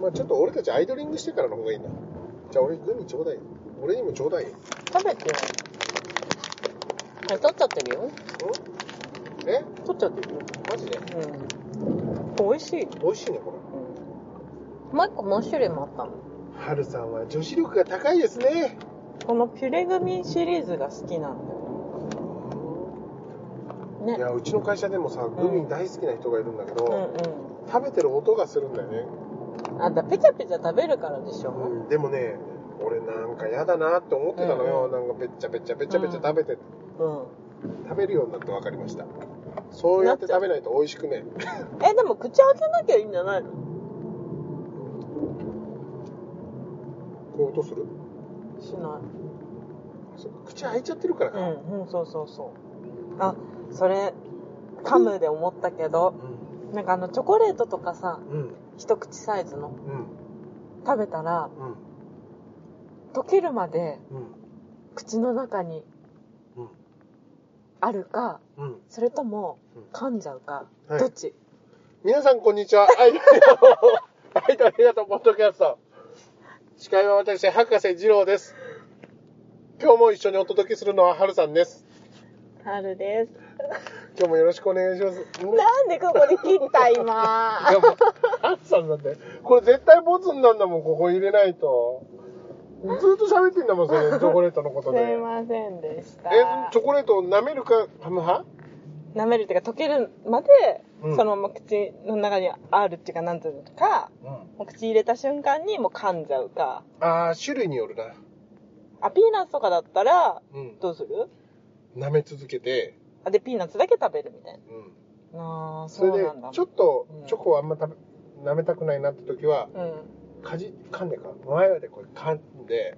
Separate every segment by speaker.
Speaker 1: まあ、ちょっと俺たちアイドリングしてからの方がいいな。じゃあ俺グミちょうだいよ。俺にもちょうだいよ。ん
Speaker 2: 食べてよあれ取っちゃってるよ
Speaker 1: え
Speaker 2: 取っちゃってるよ
Speaker 1: マジで
Speaker 2: うん美味しい、
Speaker 1: 美味しいね、これ。
Speaker 2: もう一個何種類もあったの
Speaker 1: はるさんは女子力が高いですね。
Speaker 2: このピュレグミシリーズが好きなんだよね
Speaker 1: いや、うちの会社でもさ、グミ大好きな人がいるんだけ
Speaker 2: うん
Speaker 1: ど、食べてる音がするんだよね。
Speaker 2: うんあんたペチャペチャ食べるからでしょ、
Speaker 1: うん、でもね、俺なんか嫌だなって思ってたのよ。
Speaker 2: うん
Speaker 1: なんかべっちゃべっちゃべっちゃべっちゃ
Speaker 2: うん
Speaker 1: 食べて、
Speaker 2: うん
Speaker 1: 食べるようになって分かりました。そうやって食べないと美味しくね。
Speaker 2: えでも口開けなきゃいいんじゃないの
Speaker 1: こう音する
Speaker 2: しな
Speaker 1: そっか口開いちゃってるから
Speaker 2: い
Speaker 1: か。
Speaker 2: うんうんそうそうそうあそれ噛むで思ったけど
Speaker 1: う
Speaker 2: なんかあのチョコレートとかさ
Speaker 1: ん。うん。
Speaker 2: 一口サイズの
Speaker 1: うん。
Speaker 2: 食べたら
Speaker 1: うん。
Speaker 2: 溶けるまで
Speaker 1: うん。
Speaker 2: 口の中に
Speaker 1: うん
Speaker 2: あるか
Speaker 1: うん。
Speaker 2: それとも
Speaker 1: うん
Speaker 2: 噛んじゃうか、
Speaker 1: はい
Speaker 2: どっち
Speaker 1: 皆さん、こん にちは。アイドルの、アイドル映画とポッドキャスト。司会は私、博士二郎です。今日も一緒にお届けするのは、はるさんです。
Speaker 2: 春です
Speaker 1: 今日もよろしくお願いします。
Speaker 2: なんでここで切った今
Speaker 1: いやもうハルさんだって、これ絶対ボツになんだもん、ここ入れないと。ずっと喋ってんだもん、それ、チョコレートのこと で。え、
Speaker 2: ませんでし
Speaker 1: チョコレートを舐めるか、ハム派
Speaker 2: 舐めるっていうか溶けるまで、
Speaker 1: うん
Speaker 2: そのまま口の中にあるっていうかなんていうのか
Speaker 1: うん。
Speaker 2: もう口入れた瞬間にもう噛んじゃうか
Speaker 1: あー、種類によるな。
Speaker 2: あピーナッツとかだったら
Speaker 1: うん。
Speaker 2: どうする
Speaker 1: 舐め続けて、
Speaker 2: あでピーナッツだけ食べるみたい
Speaker 1: うん。
Speaker 2: なあー
Speaker 1: そ
Speaker 2: そ
Speaker 1: れ
Speaker 2: う
Speaker 1: で
Speaker 2: なんだ
Speaker 1: ちょっとチョコをあんま食べ舐めたくないなって時は
Speaker 2: うん
Speaker 1: かじ噛んでか前でこれ噛んで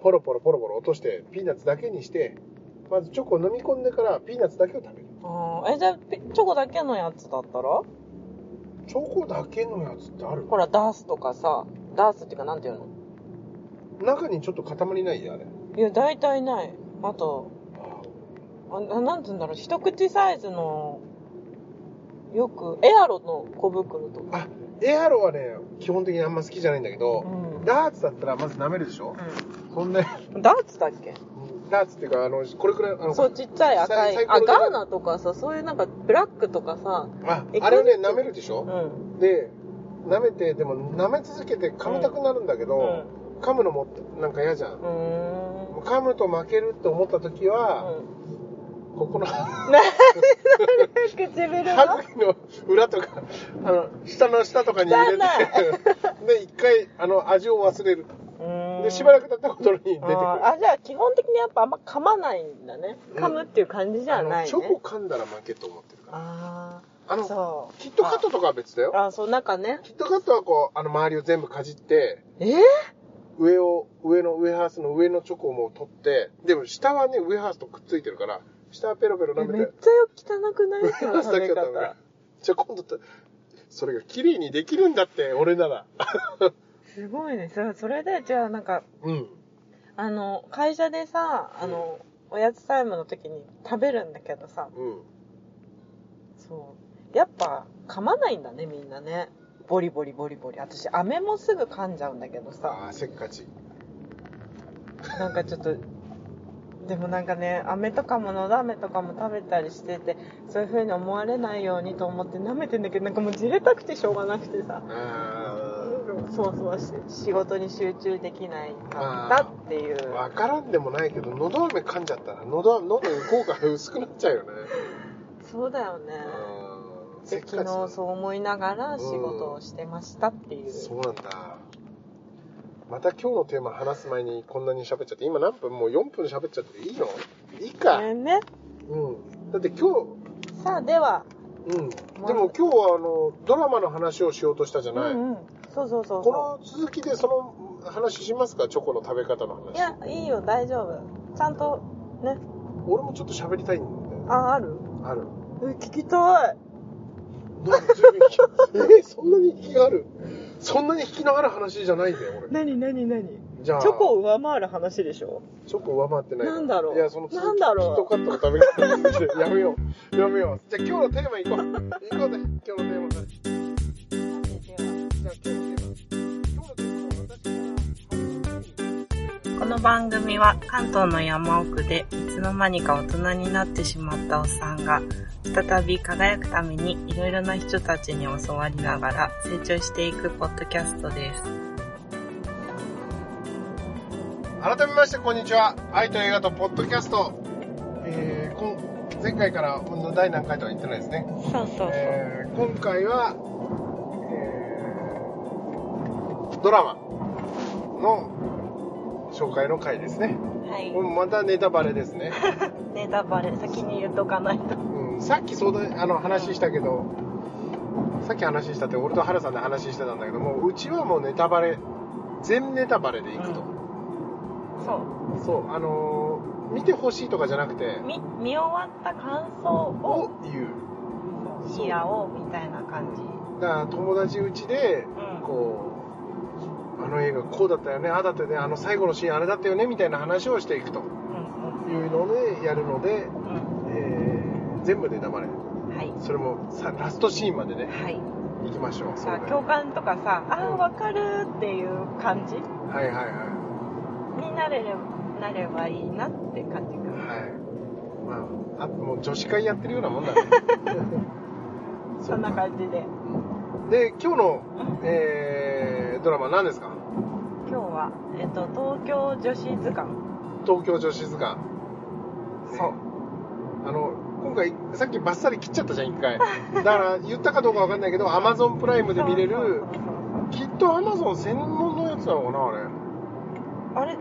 Speaker 1: ポロポロポロポロ落としてピーナッツだけにしてまずチョコを飲み込んでからピーナッツだけを食べる
Speaker 2: あーえじゃあピチョコだけのやつだったら
Speaker 1: チョコだけのやつってある
Speaker 2: ほらダースとかさダースっていうかなんていうの
Speaker 1: 中にちょっと塊ないあれ
Speaker 2: いや大体ないあとあななんていうんだろう一口サイズのよくエアロの小袋とか
Speaker 1: あエアロはね基本的にあんま好きじゃないんだけ
Speaker 2: う
Speaker 1: ど、
Speaker 2: ん
Speaker 1: ダーツだったらまず舐めるでしょそんで
Speaker 2: うん、ダーツだっけ
Speaker 1: ダーツっていうかあのこれくらいあの
Speaker 2: そうちっちゃい赤
Speaker 1: サイ
Speaker 2: い
Speaker 1: サ
Speaker 2: あ
Speaker 1: イコロで
Speaker 2: ガーナとかさそういうなんかブラックとかさ
Speaker 1: あ
Speaker 2: え
Speaker 1: あれをね舐めるでし
Speaker 2: う
Speaker 1: ょ、
Speaker 2: ん
Speaker 1: で舐めてでも舐め続けて噛みたくなるんだけ
Speaker 2: う
Speaker 1: ど、噛むのもなんか嫌じゃん、
Speaker 2: んう
Speaker 1: 噛むと負けるって思った時
Speaker 2: ー
Speaker 1: は、
Speaker 2: んうん
Speaker 1: ここの
Speaker 2: 唇
Speaker 1: 歯茎の裏とかあの下の下とかに入れて で一回あの味を忘れる
Speaker 2: の
Speaker 1: でしばら
Speaker 2: く
Speaker 1: く経ったことに出てくる
Speaker 2: あーじゃあ基本的にやっぱあんま噛まないんだね
Speaker 1: うん
Speaker 2: 噛むっていう感じじゃない、ね
Speaker 1: あのチョコ噛んだら負けと思ってるから
Speaker 2: あ
Speaker 1: あ
Speaker 2: あ
Speaker 1: の
Speaker 2: そう
Speaker 1: キットカットとかは別だよ
Speaker 2: ああそうなんかね
Speaker 1: キットカットはこうあの周りを全部かじって
Speaker 2: えー、
Speaker 1: 上を、上の、上ハースの上のチョコをもう取って、でも下はね、上ハースとくっついてるから、下はペロペロ舐
Speaker 2: め
Speaker 1: め、
Speaker 2: ってちゃよ汚く ない
Speaker 1: 上
Speaker 2: です
Speaker 1: ハ
Speaker 2: か
Speaker 1: ースだけを食べる。じゃあ今度と、それが綺麗にできるんだって、俺なら。
Speaker 2: すごいねそれそれでじゃあなんか
Speaker 1: うん。
Speaker 2: あの会社でさあの、おやつタイムの時に食べるんだけどさ
Speaker 1: うん。
Speaker 2: そうやっぱ噛まないんだねみんなねボリボリボリボリ私飴もすぐ噛んじゃうんだけどさ
Speaker 1: ああ、せっかち。
Speaker 2: なんかちょっとでもなんかね飴とかものだ飴とかも食べたりしててそういう風に思われないようにと思って舐めてんだけどなんかもうじれたくてしょうがなくてさ
Speaker 1: あ
Speaker 2: そうそうし仕事に集中できないかったっていう
Speaker 1: あ。わからんでもないけど、喉飴噛んじゃったら、喉、喉の効果が薄くなっちゃうよね。
Speaker 2: そうだよね
Speaker 1: うん。せ
Speaker 2: で
Speaker 1: っか
Speaker 2: 昨
Speaker 1: ち。
Speaker 2: 日そう思いながら
Speaker 1: うん
Speaker 2: 仕事をしてましたっていう、
Speaker 1: そうなんだ。また今日のテーマ話す前にこんなに喋っちゃって、今何分もう4分喋っちゃっていいのいい
Speaker 2: ご
Speaker 1: か。
Speaker 2: めんね
Speaker 1: うん。だって今
Speaker 2: さあでは、
Speaker 1: 日、うん。でも今日はあの、ドラマの話をしようとしたじゃ
Speaker 2: う
Speaker 1: ない。
Speaker 2: んうんそうそうそうそ
Speaker 1: この続きでその話しますかチョコの食べ方の
Speaker 2: う
Speaker 1: 話。
Speaker 2: いやいいよ大丈夫ちゃんとね
Speaker 1: 俺もちょっと喋りたいんだよ。
Speaker 2: あある
Speaker 1: ある。
Speaker 2: え聞きたい
Speaker 1: どう 準備え、そんなに引きがあるそんなに引きのある話じゃないんだよ、俺。
Speaker 2: 何何何
Speaker 1: じゃあ、
Speaker 2: チョコを上回る話でしょ
Speaker 1: チョコ上回ってない
Speaker 2: なんだろう
Speaker 1: いや、その続き、
Speaker 2: なんだろう
Speaker 1: キットカットのために、 やめよう。やめよう。じゃあ今日のテーマ行こう。行こうぜ。今日のテーマ。じゃあ今日のテーマ。
Speaker 2: この番組は関東の山奥でいつの間にか大人になってしまったおっさんが再び輝くためにいろいろな人たちに教わりながら成長していくポッドキャストです。
Speaker 1: 改めましてこんにちは愛と映画とポッドキャスト、えーこん前回から第何回とは言ってないですね、
Speaker 2: そうそうそう。
Speaker 1: えー今回は、えードラマの紹介の回ですね
Speaker 2: はい
Speaker 1: こ。れまたネタバレです ね、
Speaker 2: ネタバレ先に言っとかないと。
Speaker 1: うん、さっき相談あの話したけどさっき話したって俺と原さんで話してたんだけどもううちはもうネタバレ全ネタバレでいくと、
Speaker 2: そ
Speaker 1: そうあのー見てほしいとかじゃなくて、
Speaker 2: う。み見終わった感想
Speaker 1: を
Speaker 2: を
Speaker 1: 言う
Speaker 2: シェアをみたいな感じ。
Speaker 1: だから友達うちで
Speaker 2: うん
Speaker 1: こうあの映画こうだったよねああだったよねあの最後のシーンあれだったよねみたいな話をしていくと
Speaker 2: うん
Speaker 1: いうのでやるので、
Speaker 2: うん
Speaker 1: えー全部ネタバレ
Speaker 2: うん。はい。
Speaker 1: それもさラストシーンまでね
Speaker 2: はい。
Speaker 1: 行きましょうそ
Speaker 2: さ
Speaker 1: れで
Speaker 2: 共感とかさ、あ
Speaker 1: う
Speaker 2: あ
Speaker 1: ん
Speaker 2: わかるっていう感じ
Speaker 1: はいはいは
Speaker 2: になれれなればいいなって感じ
Speaker 1: い
Speaker 2: が。
Speaker 1: はいまああもう女子会やってるようなもんだね
Speaker 2: そんな感じで。
Speaker 1: で今日の、えードラマ何ですか
Speaker 2: 今日は、えっと、東京女子図鑑。
Speaker 1: 東京女子図鑑
Speaker 2: そう。
Speaker 1: あの今回さっきバッサリ切っちゃったじゃん一 回だから言ったかどうかわかんないけどアマゾンプライムで見れ
Speaker 2: そう
Speaker 1: る
Speaker 2: そうそう
Speaker 1: きっとアマゾン専門のやつなのかなあれ
Speaker 2: そうあれ、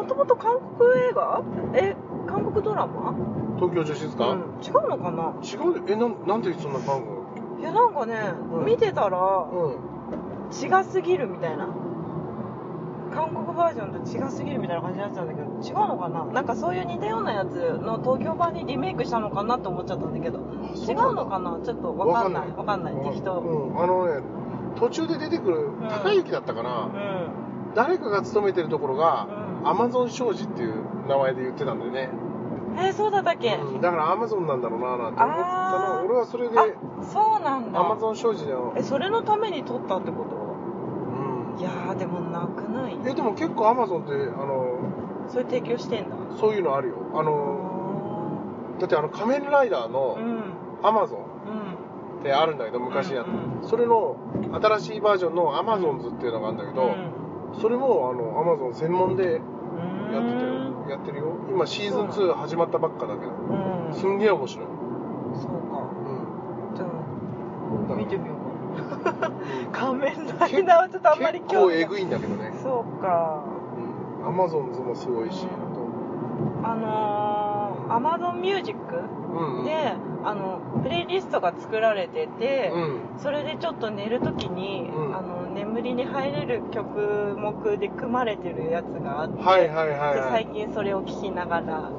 Speaker 2: もともと韓国映画え、韓国ドラマ
Speaker 1: 東京女子ですか、
Speaker 2: うん、違うのかな
Speaker 1: 違うえなんなんでそんな番号
Speaker 2: いやなんかね、
Speaker 1: うん
Speaker 2: 見てたら
Speaker 1: う
Speaker 2: 違すぎるみたいな韓国バージョンと違すぎるみたいな感じになってたんだけど違うのかななんかそういう似たようなやつの東京版にリメイクしたのかなって思っちゃったんだけど違うのかなちょっと
Speaker 1: ん
Speaker 2: 分かんない分かんない適当
Speaker 1: うん、あのね途中で出てくる
Speaker 2: ん
Speaker 1: 高雪だったか
Speaker 2: う
Speaker 1: な、
Speaker 2: ん
Speaker 1: 誰かが勤めてるところが、
Speaker 2: うん
Speaker 1: アマゾン商事っていう名前で言ってたんだよね、
Speaker 2: えーそうだったっけ、
Speaker 1: うんだからアマゾンなんだろうななんて思った
Speaker 2: あ
Speaker 1: な
Speaker 2: ー
Speaker 1: 俺はそれで
Speaker 2: あそうなんだ
Speaker 1: アマゾン商事の
Speaker 2: えそれのために撮ったってこと
Speaker 1: うん
Speaker 2: いやーでもなくない
Speaker 1: えでも結構アマゾンってあの
Speaker 2: それ提供してんだ
Speaker 1: そういうのあるよあのだってあの仮面ライダー
Speaker 2: う
Speaker 1: の
Speaker 2: ん
Speaker 1: アマゾン
Speaker 2: うん
Speaker 1: ってあるんだけど昔やった、
Speaker 2: うん
Speaker 1: それの新しいバージョンのアマゾンズっていうのがあるんだけど、それもあのアマゾン専門でや
Speaker 2: うん
Speaker 1: ってたよやってるよ今シーズン
Speaker 2: そう
Speaker 1: 2始まったばっかだけど
Speaker 2: うん
Speaker 1: すんげえ面白い、
Speaker 2: そうか
Speaker 1: う
Speaker 2: じゃあ
Speaker 1: ん、だから
Speaker 2: 見てみようかな仮面ライダーはちょっとあんまり
Speaker 1: 結構
Speaker 2: ない
Speaker 1: えぐいんだけどね
Speaker 2: そうか
Speaker 1: アマゾンズもすごいし、
Speaker 2: あのー、アマゾンミュージック
Speaker 1: うんうん
Speaker 2: で、あのプレイリストが作られてて、
Speaker 1: うん
Speaker 2: それでちょっと寝るときに、
Speaker 1: うん
Speaker 2: あの眠りに入れる曲目で組まれてるやつがあって、
Speaker 1: はいはいはい
Speaker 2: で
Speaker 1: はい
Speaker 2: 最近それを聴きながら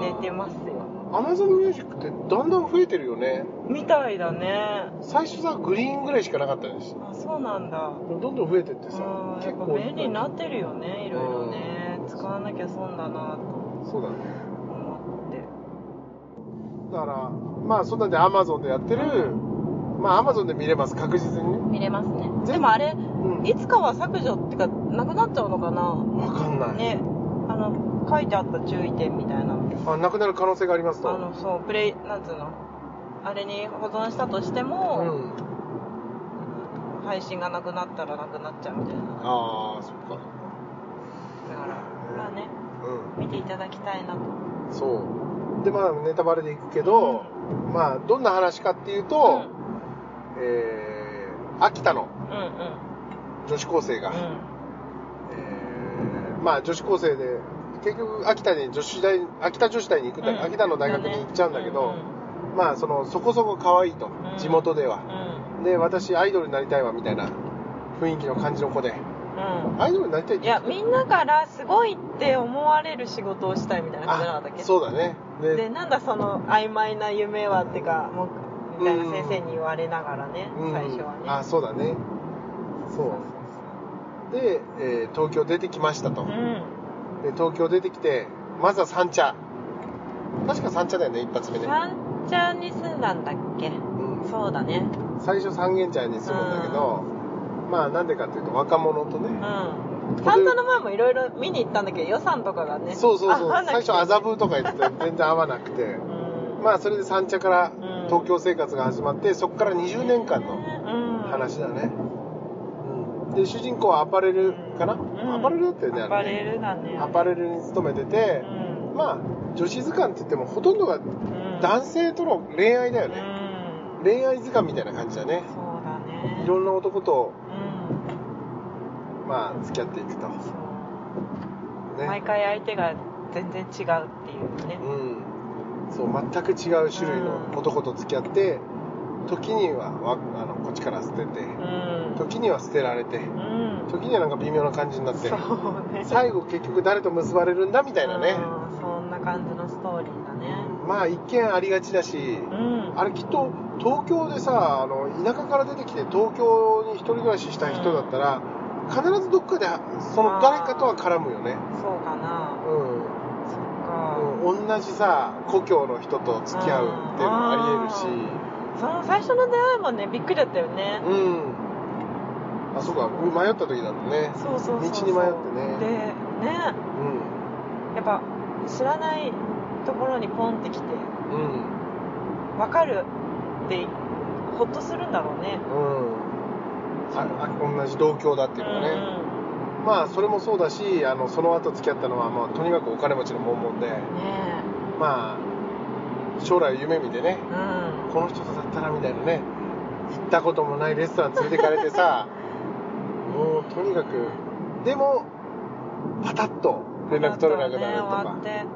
Speaker 2: 寝てますよ
Speaker 1: アマゾンミュージックってだんだん増えてるよね
Speaker 2: みたいだね
Speaker 1: 最初さグリーンぐらいしかなかったです
Speaker 2: あそうなんだ
Speaker 1: どんどん増えてってさ
Speaker 2: うんや
Speaker 1: 結
Speaker 2: っぱ
Speaker 1: 構
Speaker 2: 便利になってるよねいろいろね使わなきゃ損だなと
Speaker 1: そうだね
Speaker 2: 思って
Speaker 1: だからまあそんなんでアマゾンでやってるまあアマゾンで見れます確実にね
Speaker 2: 見れますね
Speaker 1: 全
Speaker 2: でもあれ
Speaker 1: うん
Speaker 2: いつかは削除ってかなくなっちゃうのかな
Speaker 1: わかんない、
Speaker 2: ねあの書いてあった注意点みたいなの
Speaker 1: あなくなる可能性がありますと
Speaker 2: あのそうプレイなんつうのあれに保存したとしても、
Speaker 1: うん
Speaker 2: 配信がなくなったらなくなっちゃうみたいな
Speaker 1: ああそっか
Speaker 2: だからまあね
Speaker 1: う
Speaker 2: 見ていただきたいなと
Speaker 1: んそうでまあネタバレでいくけど、まあどんな話かっていうと、えー秋田の
Speaker 2: うんうんうん
Speaker 1: 女子高生が、
Speaker 2: うん
Speaker 1: えーまあ女子高生で結局秋田に女子大秋田女子大に行くんだ、
Speaker 2: うん
Speaker 1: 秋田の大学に行っちゃうんだけど、
Speaker 2: うんうん
Speaker 1: まあそのそこそこ可愛いと、
Speaker 2: ん
Speaker 1: 地元では
Speaker 2: うん
Speaker 1: で私アイドルになりたいわみたいな雰囲気の感じの子で
Speaker 2: うん
Speaker 1: アイドルになりたいっ
Speaker 2: い
Speaker 1: て
Speaker 2: やみんなからすごいって思われる仕事をしたいみたいな感じじゃな
Speaker 1: あ
Speaker 2: かったっけ
Speaker 1: そうだねで
Speaker 2: でなんだその曖昧な夢はってかもうみたいな先生に言われながらね、
Speaker 1: うん
Speaker 2: 最初はね
Speaker 1: あそうだねそうで、えー東京出てきましたと、
Speaker 2: う
Speaker 1: で
Speaker 2: ん
Speaker 1: 東京出てきてまずは三茶確か三茶だよね一発目ね、
Speaker 2: 三茶に住んだんだっけ
Speaker 1: うん、
Speaker 2: そうだね
Speaker 1: 最初三軒茶屋に住むんだけど、まあなんでかっていうと若者と
Speaker 2: うん
Speaker 1: ね、
Speaker 2: 半沢の前もいろいろ見に行ったんだけど予算とかがね
Speaker 1: そうそうそう
Speaker 2: 合わな
Speaker 1: 最
Speaker 2: くて
Speaker 1: 初麻布とか言って たら全然合わなくて
Speaker 2: うん
Speaker 1: まあそれで三茶から
Speaker 2: うん
Speaker 1: 東京生活が始まってそこから20年間の
Speaker 2: うん
Speaker 1: 話だね、うん、で主人公はアパレルかな、
Speaker 2: うん
Speaker 1: アパレルだったよね
Speaker 2: ア
Speaker 1: あ
Speaker 2: パ
Speaker 1: れね
Speaker 2: レルだね
Speaker 1: アパレルに勤めてて
Speaker 2: う、ん
Speaker 1: まあ女子図鑑って言ってもほとんどが
Speaker 2: うん
Speaker 1: 男性との恋愛だよ
Speaker 2: う
Speaker 1: ね、
Speaker 2: ん
Speaker 1: 恋愛図鑑みたいな感じだね
Speaker 2: そうだね
Speaker 1: いろんな男と
Speaker 2: うん
Speaker 1: まあ付き合っていくと
Speaker 2: そう毎
Speaker 1: ね
Speaker 2: 回相手が全然違うっていうね
Speaker 1: うんそう全く違う種類の男と付き合って時にはわあのこっちから捨てて
Speaker 2: うん
Speaker 1: 時には捨てられて
Speaker 2: うん
Speaker 1: 時にはなんか微妙な感じになって
Speaker 2: そうね
Speaker 1: 最後結局誰と結ばれるんだみたいなね
Speaker 2: うんそんな感じのストーリーだね
Speaker 1: まあ一見ありがちだし
Speaker 2: うん
Speaker 1: あれきっと東京でさあの田舎から出てきて東京に一人暮らしした人だったら必ずどっかでその誰かとは絡むよね
Speaker 2: そうかな
Speaker 1: うん
Speaker 2: そっか
Speaker 1: うん同じさ故郷の人と付き合うっていうのもありえ
Speaker 2: その最初の出会いもねびっくりだったよね
Speaker 1: るしうんあそうか迷った時だったね
Speaker 2: そうそうそうそう
Speaker 1: 道に迷ってね
Speaker 2: でね
Speaker 1: うん
Speaker 2: やっぱ知らないところにポンって来て
Speaker 1: うん
Speaker 2: 分かるってほっとするんだろうね
Speaker 1: うんああ同じ同郷だっていうのがね、まあそれもそうだしあのその後付き合ったのは、まあ、とにかくお金持ちのモンモンで
Speaker 2: うんね
Speaker 1: まあ将来を夢見てね
Speaker 2: えうん
Speaker 1: この人とだったらみたいなね行ったこともないレストラン連れてかれて さもうとにかくでもパタッと連絡取れなくなると
Speaker 2: 終わ
Speaker 1: か
Speaker 2: っ、て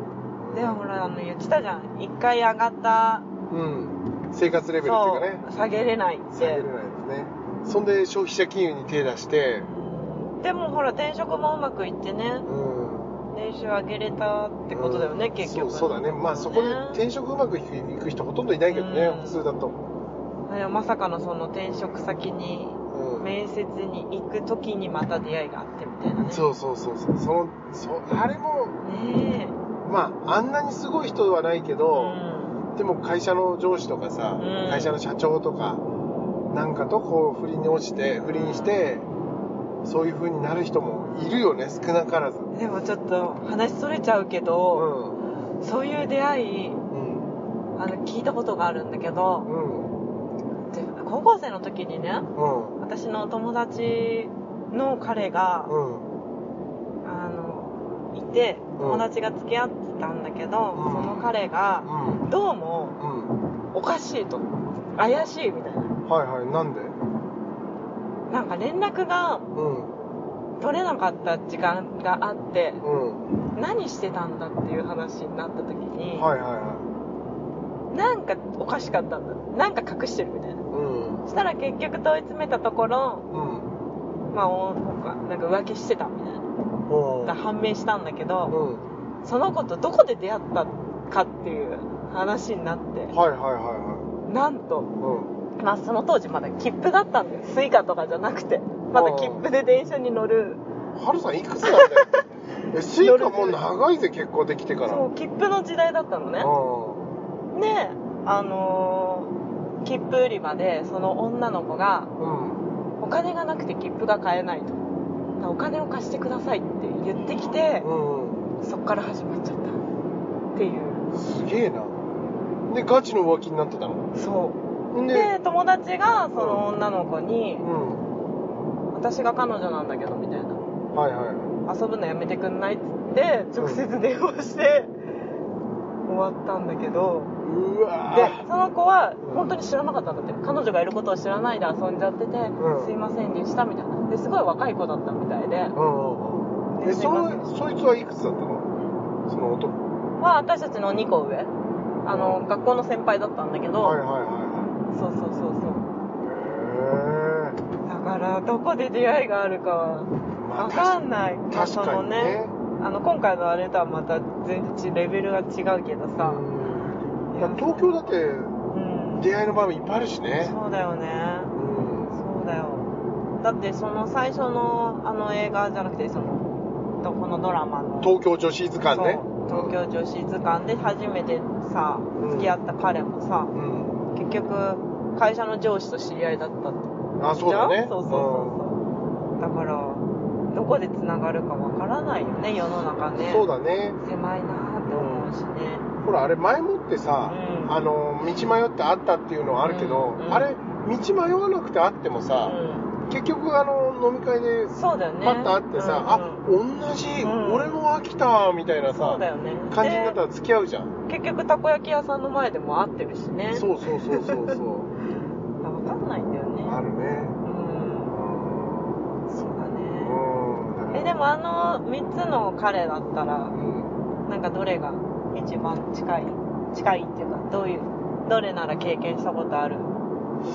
Speaker 2: でもほらあの言ってたじゃん一回上がった
Speaker 1: うん生活レベルっていうかね
Speaker 2: そう下げれないっ
Speaker 1: 下げれ
Speaker 2: て
Speaker 1: ないですねそんで消費者金融に手出して
Speaker 2: でもほら転職もうまくいってね
Speaker 1: うん
Speaker 2: 年収上げれたってことだよね、
Speaker 1: うん
Speaker 2: 結局
Speaker 1: そうそうだねまあそこで転職うまくいく人ほとんどいないけどね、
Speaker 2: うん
Speaker 1: 普通だと、
Speaker 2: でもまさかのその転職先に
Speaker 1: うん
Speaker 2: 面接に行く時にまた出会いがあってみたいなね
Speaker 1: そうそうそうそうそのそあれも
Speaker 2: ねえ
Speaker 1: まああんなにすごい人ではないけど、
Speaker 2: ん
Speaker 1: でも会社の上司とかさ、
Speaker 2: うん
Speaker 1: 会社の社長とかなんかとこう不倫に落ちて不倫してそういう風になる人もいるよね少なからず
Speaker 2: でもちょっと話それちゃうけ
Speaker 1: う
Speaker 2: ど、
Speaker 1: ん
Speaker 2: そういう出会い
Speaker 1: うん
Speaker 2: あの聞いたことがあるんだけど
Speaker 1: うん
Speaker 2: で高校生の時にね
Speaker 1: うん
Speaker 2: 私のお友達の彼が、
Speaker 1: うん
Speaker 2: あのいて友達が付き合ってたんだけど、
Speaker 1: うん
Speaker 2: その彼が
Speaker 1: うん
Speaker 2: どうも
Speaker 1: うん
Speaker 2: おかしいと怪しいみたいな
Speaker 1: はいはいなんで
Speaker 2: なんか連絡が
Speaker 1: うん
Speaker 2: 取れなかった時間があって
Speaker 1: うん
Speaker 2: 何してたんだっていう話になった時に、
Speaker 1: はいはいは
Speaker 2: なんかおかしかったんだなんか隠してるみたいない
Speaker 1: うん
Speaker 2: したら結局問い詰めたところ
Speaker 1: うん
Speaker 2: まあおなんか浮気してたみたいな
Speaker 1: おう
Speaker 2: が判明したんだけど
Speaker 1: う
Speaker 2: その子とどこで出会ったかっていう話になって
Speaker 1: んはいはいはいは
Speaker 2: なんと
Speaker 1: いうん
Speaker 2: まあその当時まだ切符だったんだよスイカとかじゃなくてまだ切符で電車に乗る
Speaker 1: ハルさんいくつなんだよ えスイカもう長いぜ結婚できてから
Speaker 2: そう切符の時代だったのね
Speaker 1: う
Speaker 2: であのー切符売り場でその女の子が
Speaker 1: んうん
Speaker 2: お金がなくて切符が買えないとだからお金を貸してくださいって言ってきて
Speaker 1: う、
Speaker 2: そっから始まっちゃったっていうん
Speaker 1: すげえなでガチの浮気になってたの
Speaker 2: そ
Speaker 1: ん
Speaker 2: う
Speaker 1: で
Speaker 2: で友達がその女の子
Speaker 1: う
Speaker 2: に
Speaker 1: ん
Speaker 2: 「私が彼女なんだけど」みたいな
Speaker 1: はいは
Speaker 2: 遊ぶのやめてくんないっつって直接電話して終わったんだけど
Speaker 1: いうわ
Speaker 2: で
Speaker 1: ー
Speaker 2: その子は本当に知らなかったんだって彼女がいることを知らないで遊んじゃってて、
Speaker 1: うん
Speaker 2: すいませんでしたみたいなですごい若い子だったみたいで
Speaker 1: うんうんうんえ
Speaker 2: で
Speaker 1: そのそいつはいくつだったのその男
Speaker 2: は私たちの2個上あの学校の先輩だったんだけど、
Speaker 1: はいはいは
Speaker 2: そうそうそうそう
Speaker 1: いはいへえ
Speaker 2: だからどこで出会いがあるかは
Speaker 1: まあ
Speaker 2: 分かんない、まあ
Speaker 1: 確
Speaker 2: そ
Speaker 1: か
Speaker 2: の
Speaker 1: にね
Speaker 2: あの今回のあれとはまた全然レベルが違うけどさ、
Speaker 1: うんいや東京だって
Speaker 2: うん
Speaker 1: 出会いの場面いっぱいあるしね
Speaker 2: そうだよね
Speaker 1: うん
Speaker 2: そうだよだってその最初のあの映画じゃなくてそのどこのドラマの
Speaker 1: 東京女子図鑑ね
Speaker 2: そう東京女子図鑑で初めてさ
Speaker 1: うん
Speaker 2: 付き合った彼もさ
Speaker 1: う、ん
Speaker 2: 結局会社の上司と知り合いだったって
Speaker 1: うんあそうだ
Speaker 2: じ
Speaker 1: ね
Speaker 2: ゃんそうそうそうそうだからどこでつながるかわからないよね世の中ね
Speaker 1: そうだね
Speaker 2: 狭いなーって思うしね
Speaker 1: ほらあれ前もってさ、
Speaker 2: うん
Speaker 1: あの道迷ってあったっていうのはあるけど、
Speaker 2: うんうん
Speaker 1: あれ道迷わなくてあってもさ、結局あの飲み会で
Speaker 2: うん、そうだよね
Speaker 1: パッと会ってさ、
Speaker 2: うんうん
Speaker 1: あ同じ、
Speaker 2: うん
Speaker 1: 俺も飽きたみたいな
Speaker 2: そ
Speaker 1: さ
Speaker 2: うだよね
Speaker 1: 感じになったら付き合うじゃん、
Speaker 2: で結局たこ焼き屋さんの前でも会ってるしね
Speaker 1: そうそうそうそうそう
Speaker 2: 分かんないんだよね
Speaker 1: あるね
Speaker 2: うんそうだ
Speaker 1: うんだか
Speaker 2: ね
Speaker 1: ら
Speaker 2: えでもあの3つの彼だったら
Speaker 1: うん
Speaker 2: なんかどれが一番近い近いっていうかどういうどれなら経験したことある
Speaker 1: う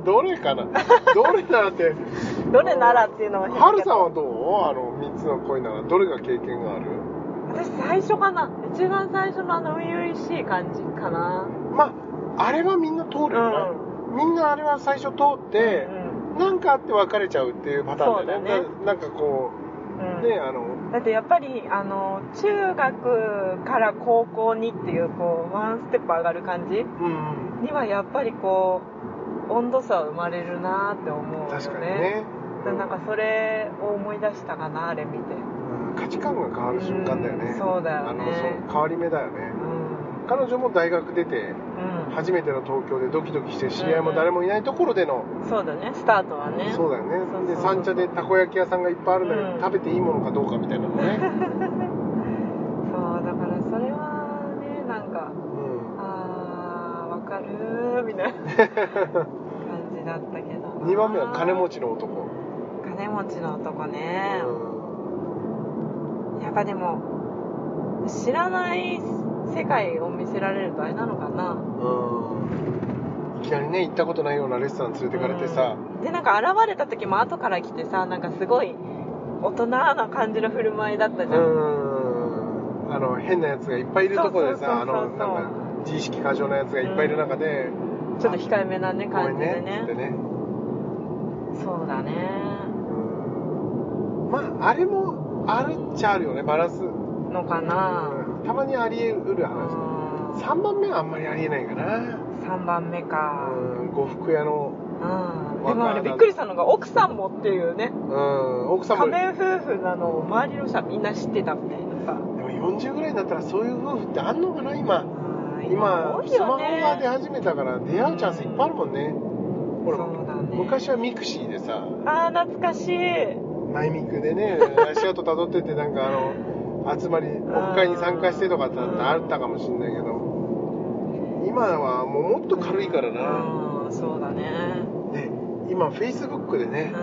Speaker 1: ん どれか などれならって
Speaker 2: どれならっていうのも変
Speaker 1: は
Speaker 2: だ
Speaker 1: る
Speaker 2: け
Speaker 1: さん
Speaker 2: ど
Speaker 1: はどうあの3つの恋ならどれが経験がある
Speaker 2: 私最初かな一番最初のあの初々しい感じかな
Speaker 1: まああれはみんな通るよな、みんなあれは最初通って
Speaker 2: う、ん
Speaker 1: なんかあって別れちゃうっていうパターンだよね
Speaker 2: そうだね
Speaker 1: ななんかこ
Speaker 2: うん
Speaker 1: うねあの
Speaker 2: だってやっぱりあの中学から高校にっていうこうワンステップ上がる感じ
Speaker 1: うん
Speaker 2: にはやっぱりこう温度差は生まれるなって思うよね
Speaker 1: 確かにね
Speaker 2: だからなんかそれを思い出したかなあれ見て
Speaker 1: うん価値観が変わる瞬間だよね、
Speaker 2: うんそうだよね
Speaker 1: あのそう変わり目だよね
Speaker 2: うん
Speaker 1: 彼女も大学出て
Speaker 2: うん
Speaker 1: 初めての東京でドキドキして知り合いも誰もいないところでの、
Speaker 2: そうだねスタートはね
Speaker 1: そうだよね
Speaker 2: そうそう
Speaker 1: で三茶でたこ焼き屋さんがいっぱいあるのに、
Speaker 2: うん
Speaker 1: 食べていいものかどうかみたいなのね、
Speaker 2: そうだからそれはねなん
Speaker 1: う
Speaker 2: かあーわかるー みたいな感じだったけど
Speaker 1: ん、2番目は金持ちの男、
Speaker 2: 金持ちの男ね、
Speaker 1: う
Speaker 2: やっぱでも知らない世界を見せられるとあれなのかなん
Speaker 1: うん、いきなりね行ったことないようなレストラン連れてかれてさ、
Speaker 2: うんでなんか現れた時も後から来てさなんかすごい大人な感じの振る舞いだったじゃん、
Speaker 1: うんあの変なやつがいっぱいいるところでさあ
Speaker 2: そうそうそうそう
Speaker 1: のなんか自意識過剰なやつがいっぱいいる中で
Speaker 2: ちょっと控えめなね
Speaker 1: 「ごめ
Speaker 2: 感
Speaker 1: ん
Speaker 2: じで
Speaker 1: ね」
Speaker 2: ね
Speaker 1: っつってね
Speaker 2: そうだね
Speaker 1: うんまああれもあるっちゃあるよねバランス、
Speaker 2: のかな
Speaker 1: うんたまにあり得る話
Speaker 2: 3
Speaker 1: 3番目はあんまりありえないかな
Speaker 2: 番目か
Speaker 1: うん呉服屋の
Speaker 2: うん
Speaker 1: わ
Speaker 2: でも
Speaker 1: からな
Speaker 2: あれ
Speaker 1: い
Speaker 2: びっくりしたのが奥さんもっていうね
Speaker 1: うん奥さんも
Speaker 2: 仮面夫婦なのを周りの人はみんな知ってたみたいなさ
Speaker 1: でも40ぐらいになったらそういう夫婦ってあんのかな今
Speaker 2: 今
Speaker 1: 今
Speaker 2: 多い
Speaker 1: スマホ
Speaker 2: よね
Speaker 1: が出始めたから出会うチャンスいっぱいあるもんねほら
Speaker 2: そうだね
Speaker 1: 昔はミクシーでさ
Speaker 2: ああ懐かしい
Speaker 1: マイミクでね足跡たどってってなんかあの集まりオフ会に参加してとかってあったあったかもしんないけど今はもうもっと軽いからな、
Speaker 2: うんそうだね
Speaker 1: ね今フェイスブックで
Speaker 2: う
Speaker 1: ね
Speaker 2: ん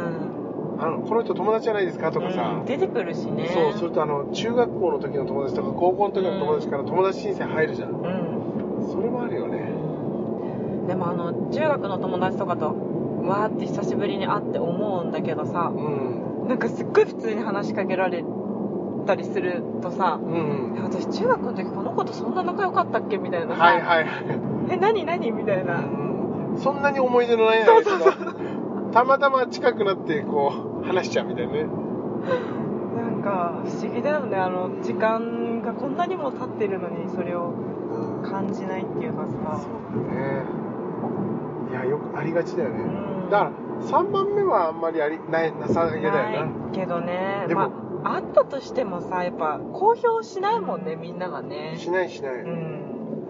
Speaker 1: 「あのこの人友達じゃないですか?」とかさ
Speaker 2: うん、出てくるしね
Speaker 1: そうするとあの中学校の時の友達とか高校の時の友達から友達申請入るじゃん
Speaker 2: うん
Speaker 1: それもあるよね
Speaker 2: でもあの中学の友達とかとわーって久しぶりに会って思うんだけどさ
Speaker 1: うん
Speaker 2: なんかすっごい普通に話しかけられたりするとさ
Speaker 1: うん
Speaker 2: え私中学の時この子とそんな仲良かったっけみたいなさ
Speaker 1: はいはいはい
Speaker 2: え何何みたいな
Speaker 1: そんなに思い出のない相手がたまたま近くなってこう話しちゃうみたいなね
Speaker 2: なんか不思議だよねあの時間がこんなにも経ってるのにそれを感じないっていうかさ
Speaker 1: ねいやよくありがちだよね
Speaker 2: うん
Speaker 1: だから3番目はあんまりありないなさげだよな
Speaker 2: ないけどね
Speaker 1: でも
Speaker 2: まああったとしてもさやっぱ公表しないもんねみんながね
Speaker 1: しないしない、
Speaker 2: うん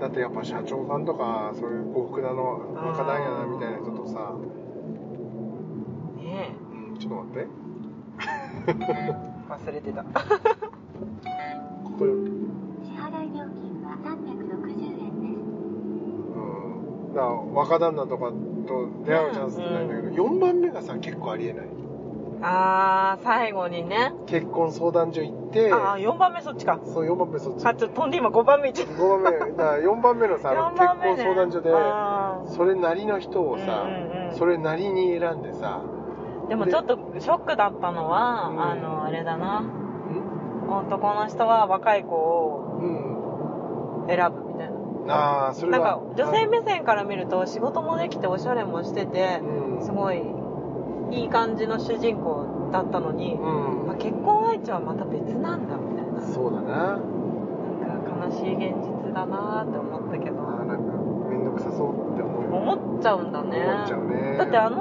Speaker 1: だってやっぱ社長さんとかそういう幸福だの若旦やなみたいな人とさ、
Speaker 2: ね
Speaker 1: うん、ちょっと待って
Speaker 2: え忘れてた
Speaker 1: ここよ
Speaker 3: 支払い料金は360円です。
Speaker 1: うんだから若旦那とかと出会うチャンスってないんだけど、4番目がさ結構ありえない
Speaker 2: あー最後にね
Speaker 1: 結婚相談所行って
Speaker 2: ああ4番目そっちか
Speaker 1: そう4番目そっち
Speaker 2: あちょっと飛んで今5番目いっちゃった
Speaker 1: 5番目だから4番目のさあの
Speaker 2: 4
Speaker 1: 結
Speaker 2: 番目
Speaker 1: 婚
Speaker 2: ね
Speaker 1: 相談所で
Speaker 2: あー
Speaker 1: それなりの人をさ、
Speaker 2: うんうんうん
Speaker 1: それなりに選んでさ
Speaker 2: でもちょっとショックだったのは、
Speaker 1: うん
Speaker 2: あのあれだな
Speaker 1: うん、
Speaker 2: 男の人は若い子を
Speaker 1: うん、
Speaker 2: 選ぶみたいな
Speaker 1: ああそれ
Speaker 2: なん
Speaker 1: は
Speaker 2: か女性目線から見ると仕事もできておしゃれもしてて
Speaker 1: うん
Speaker 2: すごいいい感じの主人公だったのに、
Speaker 1: うん、
Speaker 2: まあ、結婚相手はまた別なんだみたいな
Speaker 1: そうだな
Speaker 2: なんか悲しい現実だなーって思ったけど
Speaker 1: あーなんか面倒くさそうって思うよ
Speaker 2: も思っちゃうんだね
Speaker 1: 思っちゃうね
Speaker 2: だってあの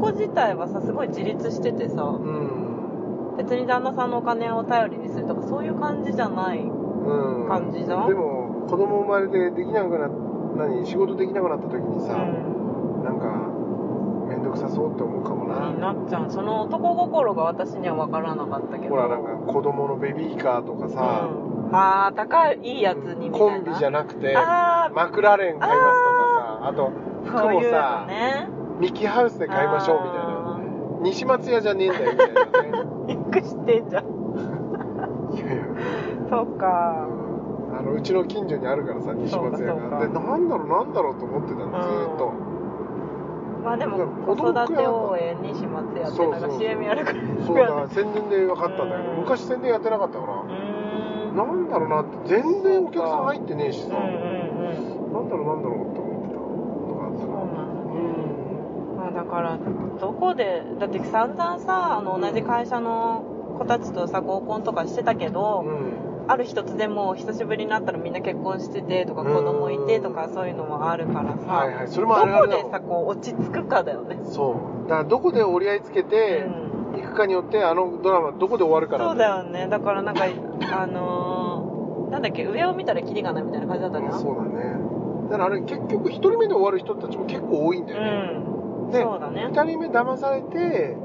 Speaker 2: 子自体はさすごい自立しててさ
Speaker 1: うん
Speaker 2: 別に旦那さんのお金を頼りにするとかそういう感じじゃない
Speaker 1: うん
Speaker 2: 感じじゃん
Speaker 1: でも子供生まれてできなくなっ何仕事できなくなった時にさ、
Speaker 2: う
Speaker 1: なんか面倒くさそうって思うかもな、
Speaker 2: んなっちゃうその男心が私には分からなかったけど
Speaker 1: ほらなんか子供のベビーカーとかさ、
Speaker 2: うん、ああ高いいいやつにみたいな
Speaker 1: コンビじゃ
Speaker 2: な
Speaker 1: なくて
Speaker 2: あー
Speaker 1: マクラレン買いますとかさあと服
Speaker 2: そ
Speaker 1: も
Speaker 2: ういう
Speaker 1: さ
Speaker 2: のね
Speaker 1: ミキハウスで買いましょうみたい
Speaker 2: あ
Speaker 1: な西松屋じゃねえんだよみたい なね
Speaker 2: びっくりしてんじゃん
Speaker 1: いやいや
Speaker 2: そうか
Speaker 1: うんあのうちの近所にあるからさ西松屋
Speaker 2: そうか
Speaker 1: が
Speaker 2: そ
Speaker 1: で
Speaker 2: うか
Speaker 1: なんだろうなんだろうと思ってたのずーっと
Speaker 2: まあでも子育て応援に始末やってなん
Speaker 1: そうそ
Speaker 2: か
Speaker 1: う
Speaker 2: CM やるから
Speaker 1: そうだ宣伝で分かったんだけど
Speaker 2: うん
Speaker 1: 昔宣伝やってなかったか
Speaker 2: う
Speaker 1: ら
Speaker 2: ーん
Speaker 1: なんだろうなって全然お客さん入ってねえしさ
Speaker 2: うんう
Speaker 1: なん
Speaker 2: んうん
Speaker 1: だろうなんだろうって思ってたことがあった
Speaker 2: そう
Speaker 1: な
Speaker 2: なんだ
Speaker 1: う
Speaker 2: ね
Speaker 1: ん
Speaker 2: まあだからどこでだって散々さあの同じ会社の子たちとさ合コンとかしてたけど、
Speaker 1: うん
Speaker 2: ある日突然もう久しぶりになったらみんな結婚しててとか
Speaker 1: うん
Speaker 2: 子供いてとかそういうのもあるからさ、
Speaker 1: はいはいそれもあるある
Speaker 2: ど
Speaker 1: だ
Speaker 2: こでさこう落ち着くかだよね、
Speaker 1: そうだからどこで折り合いつけて
Speaker 2: う
Speaker 1: いくかによってあのドラマどこで終わるか
Speaker 2: そ
Speaker 1: ら
Speaker 2: うだよねだからなんかあのー、なんだっけ上を見たらキリがないみたいな感じだったじゃん
Speaker 1: そうだねだからあれ結局1人目で終わる人たちも結構多いんだよね、
Speaker 2: うん
Speaker 1: で
Speaker 2: そうだね
Speaker 1: 2人目騙されて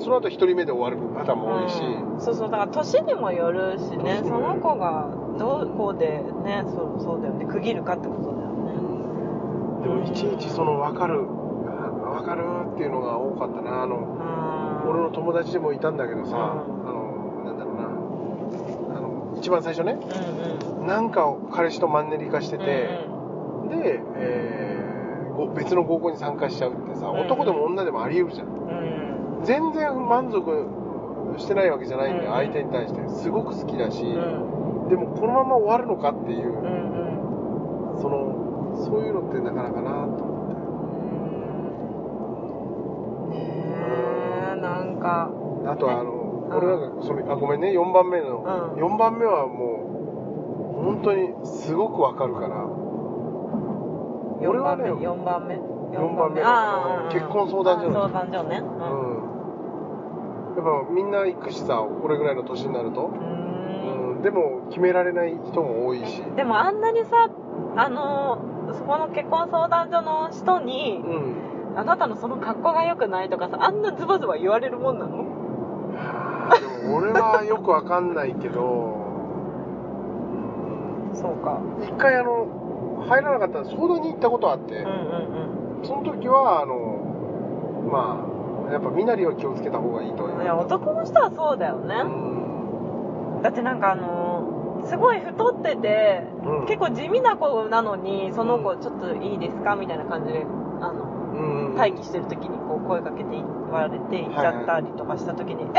Speaker 1: その後1人目で終わるパターンも多いし、
Speaker 2: うんそうそうだから年にもよるしね
Speaker 1: 年に
Speaker 2: そ
Speaker 1: もよ
Speaker 2: の
Speaker 1: る
Speaker 2: 子がどこでねそうそうだよね区切るかってことだよね
Speaker 1: でもいちいちその分かる分かるっていうのが多かったなあの俺の友達でもいたんだけどさ、
Speaker 2: うん
Speaker 1: あのなんだろうなあの一番最初ね
Speaker 2: うん
Speaker 1: なんかを彼氏とマンネリ化して
Speaker 2: うん
Speaker 1: て、で、えーご別の合コンに参加しちゃうってさ
Speaker 2: うん
Speaker 1: 男でも女でもあり得るじゃん
Speaker 2: うんうん
Speaker 1: 全然満足してないわけじゃないんだよ、
Speaker 2: うん
Speaker 1: 相手に対してすごく好きだし、
Speaker 2: うん
Speaker 1: でもこのまま終わるのかっていう、
Speaker 2: うん
Speaker 1: そのそういうのってなかなかなと思
Speaker 2: うんねえなんか
Speaker 1: ってあとはあの、
Speaker 2: ん
Speaker 1: 俺なんかそれあごめんね4番目の、
Speaker 2: うん
Speaker 1: 4番目はもう本当にすごくわかるから俺
Speaker 2: 4
Speaker 1: は
Speaker 2: 番目
Speaker 1: ね
Speaker 2: 4番目
Speaker 1: 四番目
Speaker 2: ああ
Speaker 1: 結婚相談所の
Speaker 2: ああ相談所ね
Speaker 1: うんやっぱみんな行くしさ俺ぐらいの年になると、
Speaker 2: うん
Speaker 1: うんでも決められない人も多いし
Speaker 2: でもあんなにさあのそこの結婚相談所の人に
Speaker 1: うん
Speaker 2: あなたのその格好が良くないとかさあんなズバズバ言われるもんなの
Speaker 1: あーでも俺はよくわかんないけど
Speaker 2: そうか
Speaker 1: うん一回あの入らなかったら相談に行ったことあって、
Speaker 2: うんうん
Speaker 1: その時はあのまあやっぱ身なりは気をつけた方がいいとは言わ
Speaker 2: うんい
Speaker 1: れ
Speaker 2: や
Speaker 1: た
Speaker 2: 男の人はそうだよ
Speaker 1: う
Speaker 2: ね、
Speaker 1: ん
Speaker 2: だってなんかあのすごい太ってて、
Speaker 1: うん
Speaker 2: 結構地味な子なのにその
Speaker 1: う
Speaker 2: 子ちょっといいですかみたいな感じであの
Speaker 1: うん
Speaker 2: 待機してる時にこう声かけて言われて行っちゃったりとかした時に、え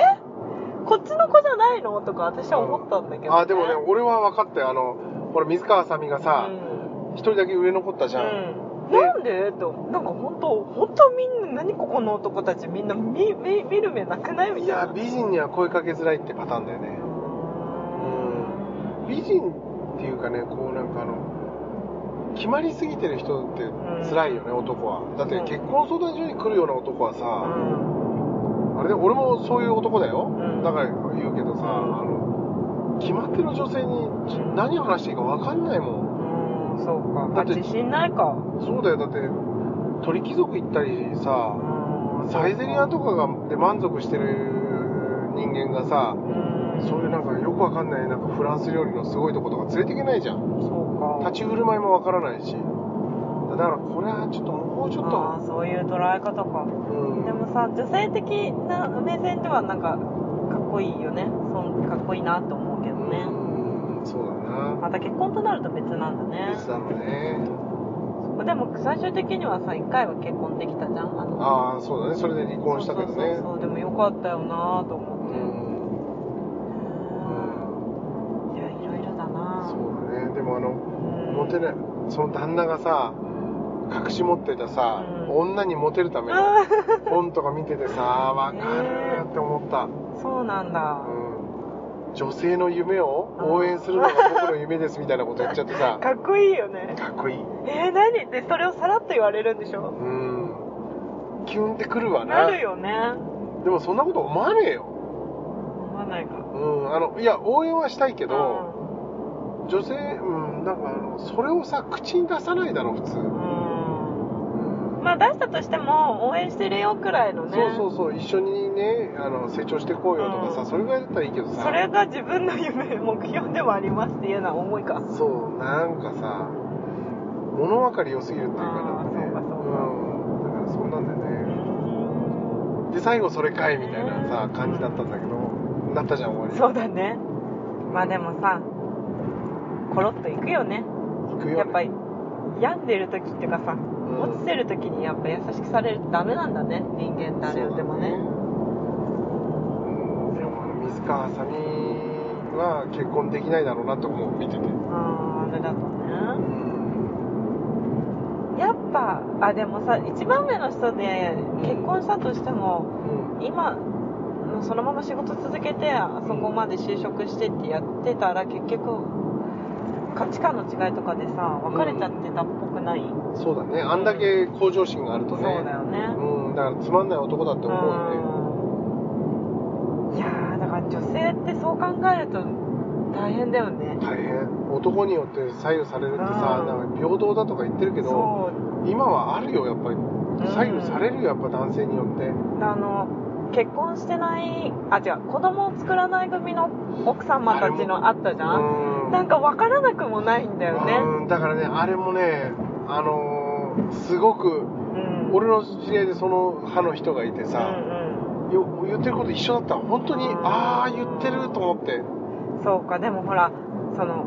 Speaker 2: こっちの子じゃないのとか私は思ったんだけど、
Speaker 1: あでもね俺は分かったよあのほら水川あさみがさ
Speaker 2: うん
Speaker 1: 一、人だけ上残ったじゃん、
Speaker 2: うん、なんでとなんか本当本当みんな何ここの男たちみんな見見見る目なくないみ
Speaker 1: い
Speaker 2: たい
Speaker 1: や
Speaker 2: な
Speaker 1: 美人には声かけづらいってパターンだよね美人っていうかねこうなんかあの決まりすぎてる人って辛いよね、男はだって
Speaker 2: うん
Speaker 1: 結婚相談所に来るような男は
Speaker 2: う
Speaker 1: さ、
Speaker 2: ん
Speaker 1: あれで俺もそういう男だよ、
Speaker 2: うん
Speaker 1: だから言うけどさ、
Speaker 2: う
Speaker 1: あ
Speaker 2: ん
Speaker 1: の決まってる女性にちょ
Speaker 2: うん
Speaker 1: 何話していいか分かんないもん
Speaker 2: うんそうか
Speaker 1: だ
Speaker 2: あ
Speaker 1: って
Speaker 2: 自信ないか
Speaker 1: そうだよだって鳥貴族行ったりさ
Speaker 2: うん
Speaker 1: サイゼリアとかがで満足してる人間がさ
Speaker 2: うん
Speaker 1: そういうなんかよくわかんないなんかフランス料理のすごいとことか連れていけないじゃん
Speaker 2: そうか
Speaker 1: 立ち振る舞いもわからないしだからこれはちょっともうちょっ
Speaker 2: あ
Speaker 1: と
Speaker 2: ーそういう捉え方か
Speaker 1: うん
Speaker 2: でもさ女性的な目線ではなんかかっこいいよねそうかっこいいなと思うけどね、
Speaker 1: うんそうだな
Speaker 2: また結婚となると別なんだね
Speaker 1: 別だろうね
Speaker 2: でも最終的にはさ1回は結婚できたじゃんあの
Speaker 1: ああそうだねそれで離婚したけどね
Speaker 2: そうそうそうそうでもよかったよなと思っ
Speaker 1: う
Speaker 2: て、
Speaker 1: んうん
Speaker 2: いやいろいろだな
Speaker 1: そうだねでもあの
Speaker 2: うん
Speaker 1: モテないその旦那がさ隠し持ってたさ、
Speaker 2: うん
Speaker 1: 女にモテるための
Speaker 2: あー
Speaker 1: 本とか見ててさわかるって思った、
Speaker 2: そうなんだ、
Speaker 1: うん女性の夢を応援するのが僕の夢ですみたいなこと言っちゃって さ、
Speaker 2: かっこいいよね
Speaker 1: かっこいい。う
Speaker 2: えー、何ってそれをさらっと言われるんでしょ
Speaker 1: ーん。キュンってくるわな。
Speaker 2: なるよね
Speaker 1: でもそんなこと思わねえよ。
Speaker 2: 思わないか
Speaker 1: うん。あの、いや、応援はしたいけ
Speaker 2: け
Speaker 1: ど、女性、うん、なんかあの、それをさ、口に出さないだろ、普通。
Speaker 2: うん、
Speaker 1: うん
Speaker 2: まあ出したとしても応援してるよくらいのね
Speaker 1: そうそうそう、一緒にね、あの、成長していこうよとかさ、
Speaker 2: うん
Speaker 1: それぐらいだったらいいけどさ。
Speaker 2: それが自分の夢目標でもありますっていうのは思いか
Speaker 1: そうなんかさ物分かり良すぎるっていうかなんかね
Speaker 2: あーそうかそう
Speaker 1: うんだからそうなんだよねで最後それかいみたいなさ感じだったんだけどなったじゃん終わ
Speaker 2: そうだねまあでもさコロッといくよね
Speaker 1: り行くよ、ね、
Speaker 2: やっぱり病んでる時っていうかさ、
Speaker 1: ん
Speaker 2: 落ちてる時にやっぱ優しくされるとダメなんだね人間誰よでもね
Speaker 1: そうだうんでもあの水川あさみは結婚できないだろうなと思う見ててう
Speaker 2: あーあれだとね
Speaker 1: ん
Speaker 2: やっぱあでもさ1番目の人で結婚したとしても今もうそのまま仕事続けてあそこまで就職してってやってたら結局価値観の違いとかでさ別れちゃってたっぽくない、
Speaker 1: そうだねあんだけ向上心があると
Speaker 2: そう
Speaker 1: ね
Speaker 2: だよね
Speaker 1: うんだからつまんない男だって思うよね
Speaker 2: うんいやーだから女性ってそう考えると大変だよね
Speaker 1: 大変男によって左右されるってさ
Speaker 2: うん
Speaker 1: なんか平等だとか言ってるけど
Speaker 2: そう
Speaker 1: 今はあるよやっぱり
Speaker 2: ん
Speaker 1: 左右されるよやっぱ男性によって
Speaker 2: あの結婚してないあ違う子供を作らない組の奥様たちのあったじゃん
Speaker 1: う
Speaker 2: なんか分からなくもないんだよね
Speaker 1: うんだからねあれもねあのーすごく
Speaker 2: うん
Speaker 1: 俺の知り合いでその派の人がいてさ、
Speaker 2: うん
Speaker 1: よ言ってること一緒だった本当に
Speaker 2: うん
Speaker 1: ああ言ってると思って
Speaker 2: うんそうかでもほらその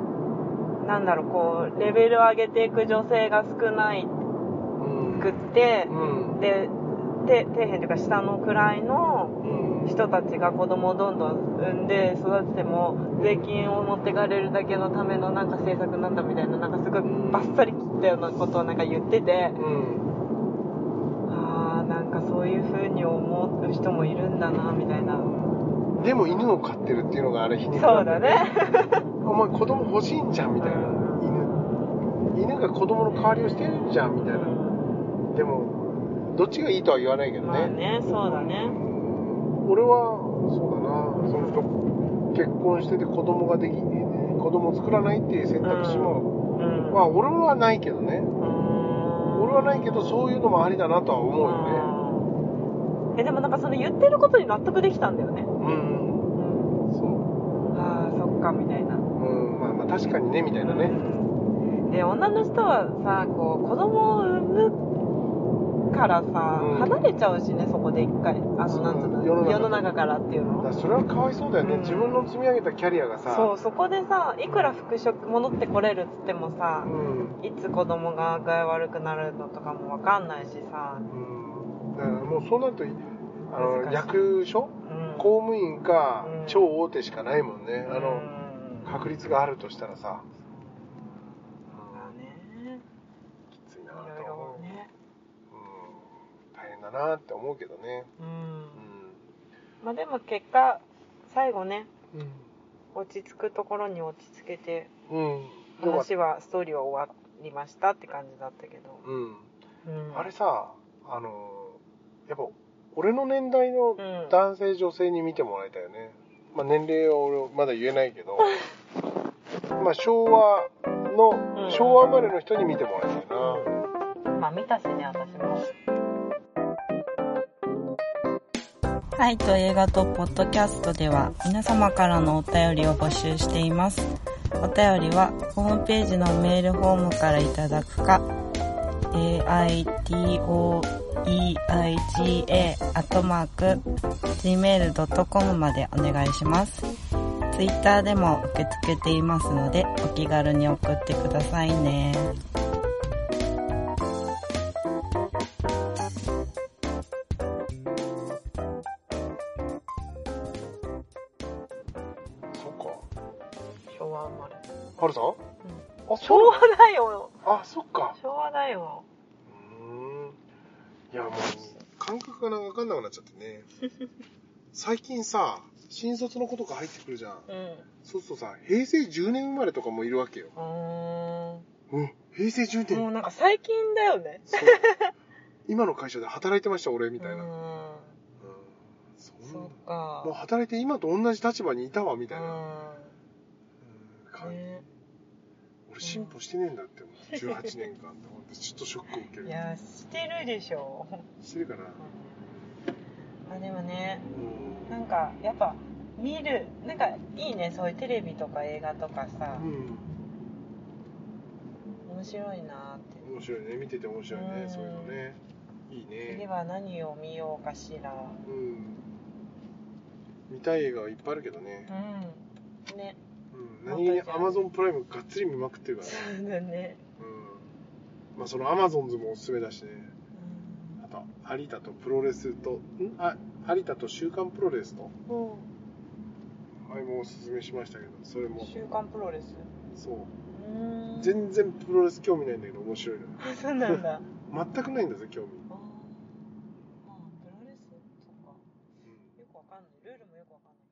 Speaker 2: なんだろうこうレベル上げていく女性が少ない
Speaker 1: うん
Speaker 2: くって
Speaker 1: う、ん
Speaker 2: でて底辺というか下の位の
Speaker 1: うん
Speaker 2: 人たちが子供をどんどん産んで育てても税金を持ってかれるだけのためのなんか政策なんだみたいななんかすごいバッサリ切ったようなことをなんか言ってて
Speaker 1: うん
Speaker 2: ああなんかそういう風に思う人もいるんだなみたいな
Speaker 1: でも犬を飼ってるっていうのがあれ皮肉
Speaker 2: そう
Speaker 1: だ
Speaker 2: だね
Speaker 1: お前子供欲しいんじゃんみたいな犬犬が子供の代わりをしてるじゃんみたいなでもどっちがいいとは言わないけどね,、
Speaker 2: まあねそうだね
Speaker 1: 俺はそうだなその人結婚してて子供ができ子供作らないっていう選択肢も、
Speaker 2: うん
Speaker 1: まあ俺はないけどね
Speaker 2: うん
Speaker 1: 俺はないけどそういうのもありだなとは思うよね
Speaker 2: うんえでもなんかその言ってることに納得できたんだよね、
Speaker 1: うんそ
Speaker 2: ああそっかみたいな
Speaker 1: ううんまあまあ確かにねみたいなね
Speaker 2: うんで女の人はさこう子供を産むからさ、
Speaker 1: うん
Speaker 2: 離れちゃうしねそこで一回あのなんつ
Speaker 1: そう
Speaker 2: うの
Speaker 1: 世の中
Speaker 2: 世の中からっていう
Speaker 1: だから
Speaker 2: の
Speaker 1: それはかわいそうだよね、
Speaker 2: うん
Speaker 1: 自分の積み上げたキャリアがさ
Speaker 2: そうそこでさいくら復職戻ってこれるっつってもさ
Speaker 1: う、ん
Speaker 2: いつ子供が具合悪くなるのとかも分かんないしさ、
Speaker 1: うんだからもうそうなるとあの
Speaker 2: 難しい
Speaker 1: 役所
Speaker 2: うん、
Speaker 1: 公務員か
Speaker 2: うん
Speaker 1: 超大手しかないもんね、あ
Speaker 2: う
Speaker 1: の
Speaker 2: ん
Speaker 1: 確率があるとしたらさ、
Speaker 2: まあね
Speaker 1: きつい
Speaker 2: い
Speaker 1: な
Speaker 2: ろ
Speaker 1: と
Speaker 2: い
Speaker 1: 思
Speaker 2: ろ
Speaker 1: う、
Speaker 2: ね
Speaker 1: うん、大変だなって思うけどね
Speaker 2: うん
Speaker 1: う
Speaker 2: まあでも結果最後ね
Speaker 1: ん、
Speaker 2: 落ち着くところに落ち着けて
Speaker 1: うんよかった
Speaker 2: 話はストーリーは終わりましたって感じだったけど、
Speaker 1: うん、
Speaker 2: うん
Speaker 1: あれさあのやっぱ俺の年代の
Speaker 2: うん
Speaker 1: 男性女性に見てもらいたいよね、まあ、年齢は俺まだ言えない けどまあ昭和
Speaker 2: う
Speaker 1: の
Speaker 2: ん
Speaker 1: 昭和生まれの人に見てもらいたいな、
Speaker 2: まあ見たしね私もはいと映画とポッドキャストでは皆様からのお便りを募集していますお便りはホームページのメールフォームからいただくか aitoeiga.gmail.com までお願いしますツイッターでも受け付けていますのでお気軽に送ってくださいね
Speaker 1: そっか
Speaker 2: 昭和生まれ
Speaker 1: ハルさん、あ
Speaker 2: 昭
Speaker 1: そう
Speaker 2: 和だよ
Speaker 1: あそっか
Speaker 2: 昭和だよ
Speaker 1: うーん いやもう感覚がなんか分かんなくなっちゃってね最近さ新卒の子とか入ってくるじゃん。
Speaker 2: うん
Speaker 1: そうするとさ、平成10年生まれとかもいるわけよ。
Speaker 2: うーん
Speaker 1: うん、平成10年。
Speaker 2: もうなんか最近だよね
Speaker 1: そう今の会社で働いてました、俺、みたいな。
Speaker 2: う
Speaker 1: うん、
Speaker 2: ん
Speaker 1: そ
Speaker 2: そ
Speaker 1: ん
Speaker 2: うか
Speaker 1: な。もう働いて今と同じ立場にいたわ、みたいな。
Speaker 2: う
Speaker 1: うん感
Speaker 2: ん
Speaker 1: じ
Speaker 2: ね
Speaker 1: 俺進歩してねえんだって、もう18年間って思って、ちょっとショックを受ける
Speaker 2: い。やしてるでしょ
Speaker 1: してるかな。
Speaker 2: あでもね
Speaker 1: う
Speaker 2: なんかやっぱ見るなんかいいねそういうテレビとか映画とかさ
Speaker 1: ん。うん
Speaker 2: 面白いなって
Speaker 1: 面白いね見てて面白いね、
Speaker 2: うん
Speaker 1: そういうのねいい
Speaker 2: 次
Speaker 1: ね
Speaker 2: は何を見ようかしら
Speaker 1: うん見たい映画はいっぱいあるけどね、
Speaker 2: うんね
Speaker 1: うん、
Speaker 2: また
Speaker 1: 何気に
Speaker 2: じゃあ
Speaker 1: アマゾンプライムがっつり見まくってるからね、
Speaker 2: そうだね
Speaker 1: うん、まあそのアマゾンズもおすすめだしね
Speaker 2: うん
Speaker 1: あと有田とプロレスとんあ有田と週刊プロレスと
Speaker 2: も
Speaker 1: あれもおすすめしましたけどそれ
Speaker 2: う
Speaker 1: も
Speaker 2: 週刊プロレス
Speaker 1: そう
Speaker 2: うーん
Speaker 1: 全然プロレス興味ないんだけど面白いのよ
Speaker 2: あそうなんだあー
Speaker 1: 全くないんだぜ興味、
Speaker 2: まあプロレスとか
Speaker 1: うん
Speaker 2: よくわかんないルールもよくわかんない